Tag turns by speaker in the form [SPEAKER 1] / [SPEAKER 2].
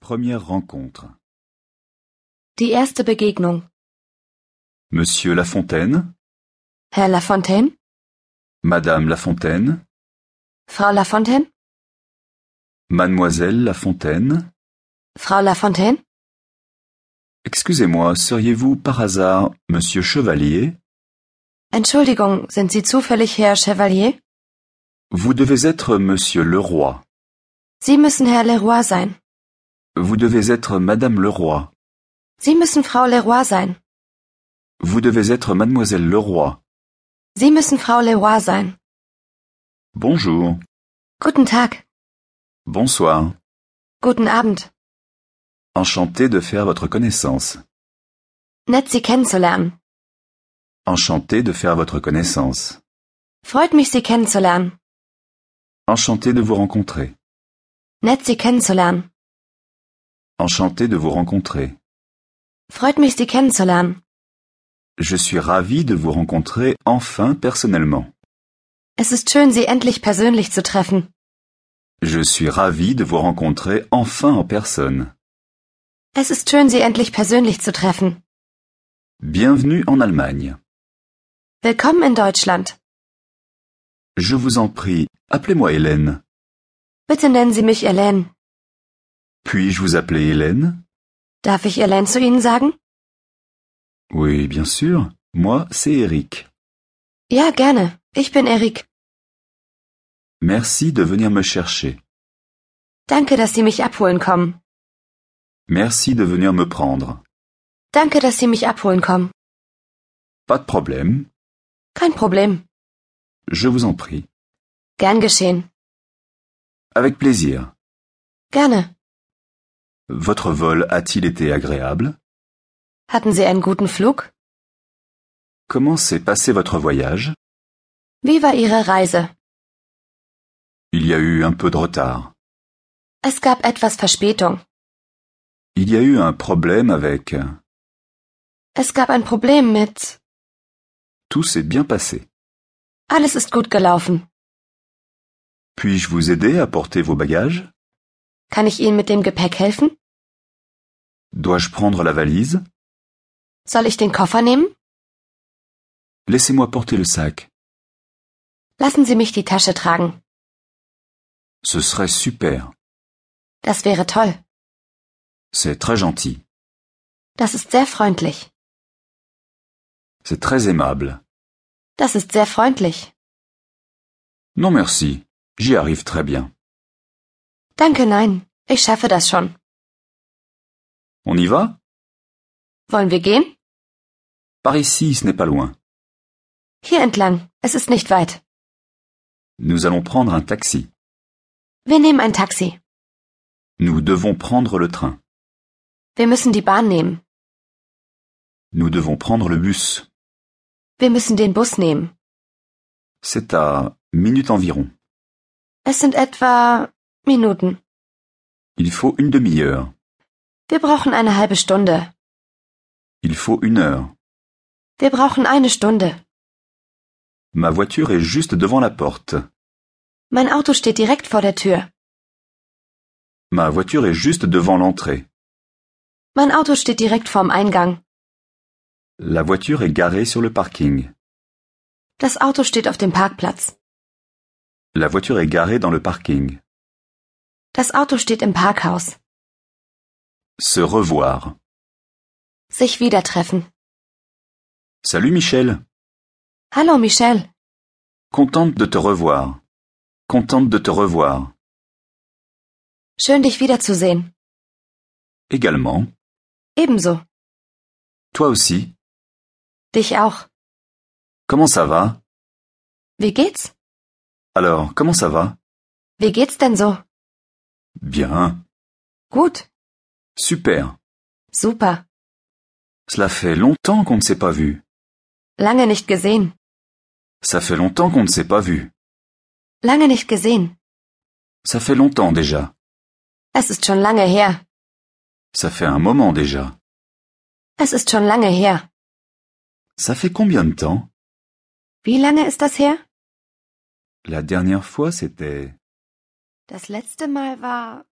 [SPEAKER 1] première rencontre.
[SPEAKER 2] Die erste Begegnung.
[SPEAKER 1] Monsieur Lafontaine,
[SPEAKER 2] Herr Lafontaine?
[SPEAKER 1] Madame Lafontaine,
[SPEAKER 2] Frau Lafontaine?
[SPEAKER 1] Mademoiselle Lafontaine.
[SPEAKER 2] Frau Lafontaine?
[SPEAKER 1] Excusez-moi, seriez-vous par hasard Monsieur Chevalier
[SPEAKER 2] Entschuldigung, sind Sie zufällig Herr Chevalier?
[SPEAKER 1] Vous devez être Monsieur Leroy.
[SPEAKER 2] Sie müssen Herr Leroy sein.
[SPEAKER 1] Vous devez être Madame Leroy.
[SPEAKER 2] Sie müssen Frau Leroy sein.
[SPEAKER 1] Vous devez être Mademoiselle Leroy.
[SPEAKER 2] Sie müssen Frau Leroy sein.
[SPEAKER 1] Bonjour.
[SPEAKER 2] Guten Tag.
[SPEAKER 1] Bonsoir.
[SPEAKER 2] Guten Abend.
[SPEAKER 1] Enchanté de faire votre connaissance.
[SPEAKER 2] Nett, Sie kennenzulernen.
[SPEAKER 1] Enchanté de faire votre connaissance.
[SPEAKER 2] Freut mich, Sie kennenzulernen.
[SPEAKER 1] Enchanté de vous rencontrer.
[SPEAKER 2] Nett, Sie kennenzulernen.
[SPEAKER 1] Enchanté de vous rencontrer.
[SPEAKER 2] Freut mich, Sie kennenzulernen.
[SPEAKER 1] Je suis ravi de vous rencontrer enfin personnellement.
[SPEAKER 2] Es ist schön, Sie endlich persönlich zu treffen.
[SPEAKER 1] Je suis ravi de vous rencontrer enfin en personne.
[SPEAKER 2] Es ist schön, Sie endlich persönlich zu treffen.
[SPEAKER 1] Bienvenue en Allemagne.
[SPEAKER 2] Willkommen in Deutschland.
[SPEAKER 1] Je vous en prie, appelez-moi Hélène.
[SPEAKER 2] Bitte nennen Sie mich Elaine.
[SPEAKER 1] Puis-je vous appeler Hélène
[SPEAKER 2] Darf ich Elaine zu Ihnen sagen?
[SPEAKER 1] Oui, bien sûr. Moi, c'est Eric.
[SPEAKER 2] Ja, gerne. Ich bin Erik.
[SPEAKER 1] Merci de venir me chercher.
[SPEAKER 2] Danke, dass Sie mich abholen kommen.
[SPEAKER 1] Merci de venir me prendre.
[SPEAKER 2] Danke, dass Sie mich abholen kommen.
[SPEAKER 1] Pas de problème.
[SPEAKER 2] Kein Problem.
[SPEAKER 1] Je vous en prie.
[SPEAKER 2] Gern geschehen.
[SPEAKER 1] Avec plaisir.
[SPEAKER 2] Gerne.
[SPEAKER 1] Votre vol a-t-il été agréable
[SPEAKER 2] Hatten Sie einen guten Flug?
[SPEAKER 1] Comment s'est passé votre voyage
[SPEAKER 2] Wie war Ihre Reise?
[SPEAKER 1] Il y a eu un peu de retard.
[SPEAKER 2] Es gab etwas Verspätung.
[SPEAKER 1] Il y a eu un problème avec...
[SPEAKER 2] Es gab ein Problem mit.
[SPEAKER 1] Tout s'est bien passé.
[SPEAKER 2] Alles ist gut gelaufen.
[SPEAKER 1] Puis-je vous aider à porter vos bagages
[SPEAKER 2] Kann ich Ihnen mit dem Gepäck helfen?
[SPEAKER 1] Dois-je prendre la valise
[SPEAKER 2] Soll ich den Koffer nehmen?
[SPEAKER 1] Laissez-moi porter le sac.
[SPEAKER 2] Lassen Sie mich die Tasche tragen.
[SPEAKER 1] Ce serait super.
[SPEAKER 2] Das wäre toll.
[SPEAKER 1] C'est très gentil.
[SPEAKER 2] Das ist sehr freundlich.
[SPEAKER 1] C'est très aimable.
[SPEAKER 2] Das ist sehr freundlich.
[SPEAKER 1] Non merci. J'y arrive très bien.
[SPEAKER 2] Danke, nein. Ich schaffe das schon.
[SPEAKER 1] On y va
[SPEAKER 2] Wollen wir gehen?
[SPEAKER 1] Par ici, ce n'est pas loin.
[SPEAKER 2] Hier entlang. Es ist nicht weit.
[SPEAKER 1] Nous allons prendre un taxi.
[SPEAKER 2] Wir nehmen ein Taxi.
[SPEAKER 1] Nous devons prendre le train.
[SPEAKER 2] Wir müssen die Bahn nehmen.
[SPEAKER 1] Nous devons prendre le bus.
[SPEAKER 2] Wir müssen den Bus nehmen.
[SPEAKER 1] C'est à minutes environ.
[SPEAKER 2] Es sind etwa Minuten.
[SPEAKER 1] Il faut une demi-heure.
[SPEAKER 2] Wir brauchen eine halbe Stunde.
[SPEAKER 1] Il faut une heure.
[SPEAKER 2] Wir brauchen eine Stunde.
[SPEAKER 1] Ma voiture est juste devant la porte.
[SPEAKER 2] Mein Auto steht direkt vor der Tür.
[SPEAKER 1] Ma voiture est juste devant l'entrée.
[SPEAKER 2] Mein Auto steht direkt vorm Eingang.
[SPEAKER 1] La voiture est garée sur le parking.
[SPEAKER 2] Das Auto steht auf dem Parkplatz.
[SPEAKER 1] La voiture est garée dans le parking.
[SPEAKER 2] Das Auto steht im Parkhaus.
[SPEAKER 1] Se revoir.
[SPEAKER 2] Sich wieder treffen.
[SPEAKER 1] Salut Michel.
[SPEAKER 2] Hallo Michelle.
[SPEAKER 1] Contente de te revoir. Contente de te revoir.
[SPEAKER 2] Schön dich wiederzusehen.
[SPEAKER 1] Également.
[SPEAKER 2] Ebenso.
[SPEAKER 1] Toi aussi.
[SPEAKER 2] Dich auch.
[SPEAKER 1] Comment ça va
[SPEAKER 2] Wie geht's?
[SPEAKER 1] Alors, comment ça va
[SPEAKER 2] Wie geht's denn so?
[SPEAKER 1] Bien.
[SPEAKER 2] Gut.
[SPEAKER 1] Super.
[SPEAKER 2] Super.
[SPEAKER 1] Cela fait longtemps qu'on ne s'est pas vu.
[SPEAKER 2] Lange nicht gesehen.
[SPEAKER 1] Ça fait longtemps qu'on ne s'est pas vu.
[SPEAKER 2] Lange nicht gesehen.
[SPEAKER 1] Ça fait longtemps déjà.
[SPEAKER 2] Es ist schon lange her.
[SPEAKER 1] Ça fait un moment déjà.
[SPEAKER 2] Es ist schon lange her.
[SPEAKER 1] Ça fait combien de temps
[SPEAKER 2] Wie lange ist das her?
[SPEAKER 1] La dernière fois, c'était...
[SPEAKER 2] Das letzte Mal war